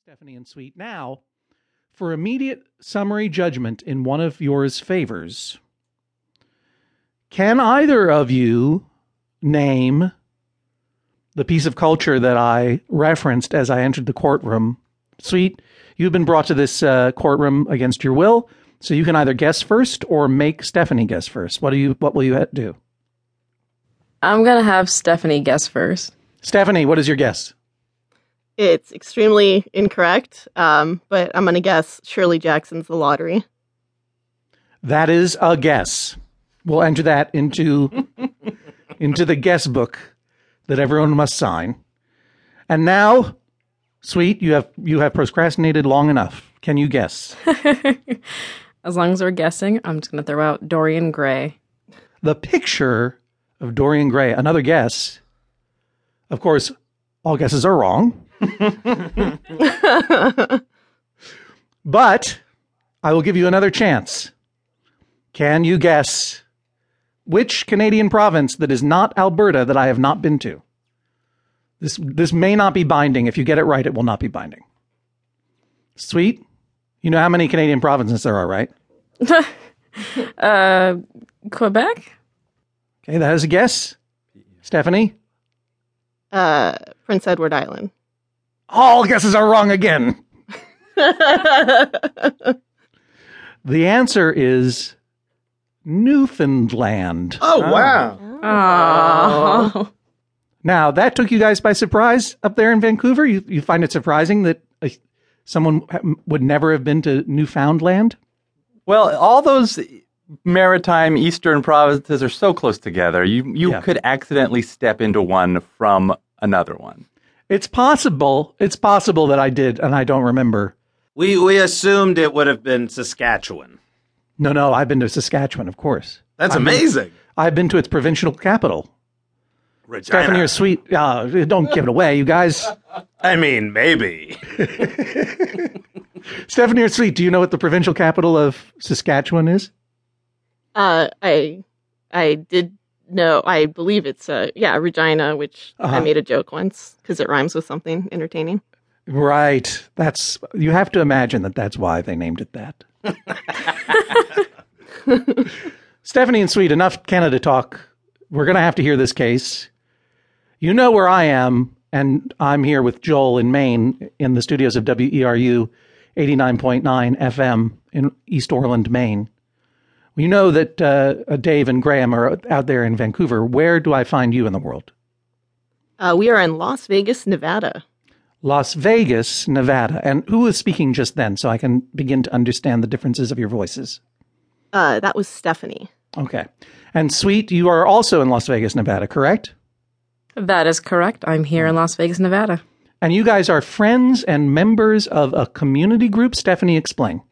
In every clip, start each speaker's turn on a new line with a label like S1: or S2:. S1: Stephanie and Sweet now for immediate summary judgment in one of yours favors. Can either of you name the piece of culture that I referenced as I entered the courtroom? Sweet, you've been brought to this uh, courtroom against your will, so you can either guess first or make Stephanie guess first. What do you? What will you ha- do?
S2: I'm gonna have Stephanie guess first.
S1: Stephanie, what is your guess?
S3: It's extremely incorrect, um, but I'm going to guess Shirley Jackson's The Lottery.
S1: That is a guess. We'll enter that into into the guess book that everyone must sign. And now, sweet, you have you have procrastinated long enough. Can you guess?
S2: As long as we're guessing, I'm just gonna throw out Dorian Gray.
S1: the picture of Dorian Gray, another guess. Of course, all guesses are wrong. but I will give you another chance. Can you guess which Canadian province that is not Alberta that I have not been to? This this may not be binding. If you get it right, it will not be binding. Sweet. You know how many Canadian provinces there are, right?
S2: Uh, Quebec?
S1: Okay, that is a guess. Stephanie?
S3: Uh, Prince Edward Island.
S1: All guesses are wrong again. The answer is Newfoundland. Ah.
S4: Oh, wow.
S2: Oh.
S1: Now, that took you guys by surprise up there in Vancouver. You, you find it surprising that uh, someone ha- would never have been to Newfoundland?
S4: Well, all those maritime eastern provinces are so close together. You you
S1: Yeah.
S4: could accidentally step into one from another one.
S1: It's possible. It's possible that I did, and I don't remember.
S5: We we assumed it would have been Saskatchewan.
S1: No, no, I've been to Saskatchewan, of course.
S5: That's amazing.
S1: I've been to its provincial capital.
S5: Regina.
S1: Stephanie or Sweet, uh, don't give it away, you guys.
S5: I mean, maybe.
S1: Stephanie or Sweet, do you know what the provincial capital of Saskatchewan is?
S3: Uh, I, I did know. I believe it's uh, yeah, Regina, which
S1: Uh-huh.
S3: I made a joke once because it rhymes with something entertaining.
S1: Right. That's you have to imagine that that's why they named it that. Stephanie and Sweet, enough Canada talk. We're going to have to hear this case. You know where I am, and I'm here with Joel in Maine in the studios of E WERU 89.9 FM in East Orland, Maine. You know that uh, uh, Dave and Graham are out there in Vancouver. Where do I find you in the world?
S3: Uh, we are in Las Vegas, Nevada.
S1: Las Vegas, Nevada. And who was speaking just then so I can begin to understand the differences of your voices?
S3: Uh, that was Stephanie.
S1: Okay. And Sweet, you are also in Las Vegas, Nevada, correct?
S2: That is correct. I'm here in Las Vegas, Nevada.
S1: And you guys are friends and members of a community group. Stephanie, explain.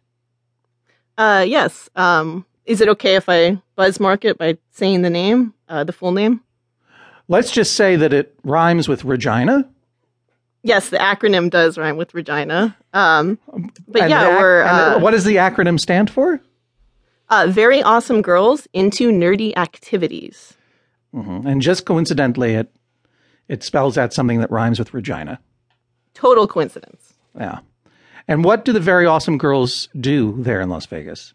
S3: Uh, yes. Um, is it okay if I buzz mark it by saying the name, uh, the full name?
S1: Let's just say that it rhymes with Regina.
S3: Yes, the acronym does rhyme with Regina. Um, but
S1: And
S3: yeah,
S1: the ac-
S3: we're
S1: and
S3: uh,
S1: what does the acronym stand for?
S3: uh, very awesome girls into nerdy activities.
S1: Hmm. And just coincidentally, it it spells out something that rhymes with Regina.
S3: Total coincidence.
S1: Yeah. And what do the very awesome girls do there in Las Vegas?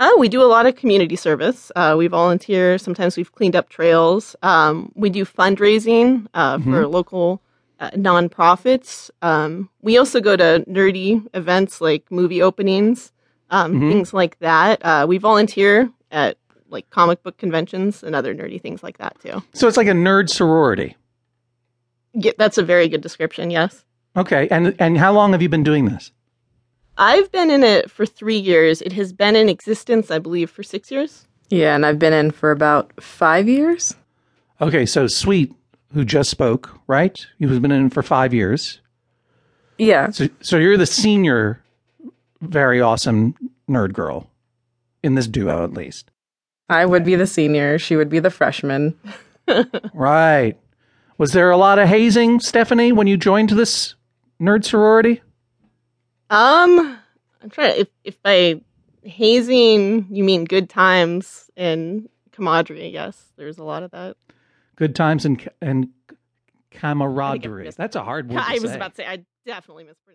S3: Uh, we do a lot of community service. Uh, we volunteer. Sometimes we've cleaned up trails. Um, we do fundraising uh, for local uh, nonprofits. Um, we also go to nerdy events like movie openings, um, things like that. Uh, we volunteer at like comic book conventions and other nerdy things like that too.
S1: So it's like a nerd sorority.
S3: Yeah, that's a very good description. Yes.
S1: Okay, and and how long have you been doing this?
S3: I've been in it for three years. It has been in existence, I believe, for six years.
S2: Yeah, and I've been in for about five years.
S1: Okay, so Sweet, who just spoke, right? You've been in for five years.
S2: Yeah.
S1: So so you're the senior, very awesome nerd girl, in this duo at least,
S2: I would be the senior, she would be the freshman.
S1: right? Was there a lot of hazing, Stephanie, when you joined this nerd sorority?
S3: Um, I'm trying. If if by hazing you mean good times and camaraderie, yes, there's a lot of that.
S1: Good times and ca- and camaraderie. That's a hard word. To
S3: I was
S1: say.
S3: about to say I definitely mispronounced.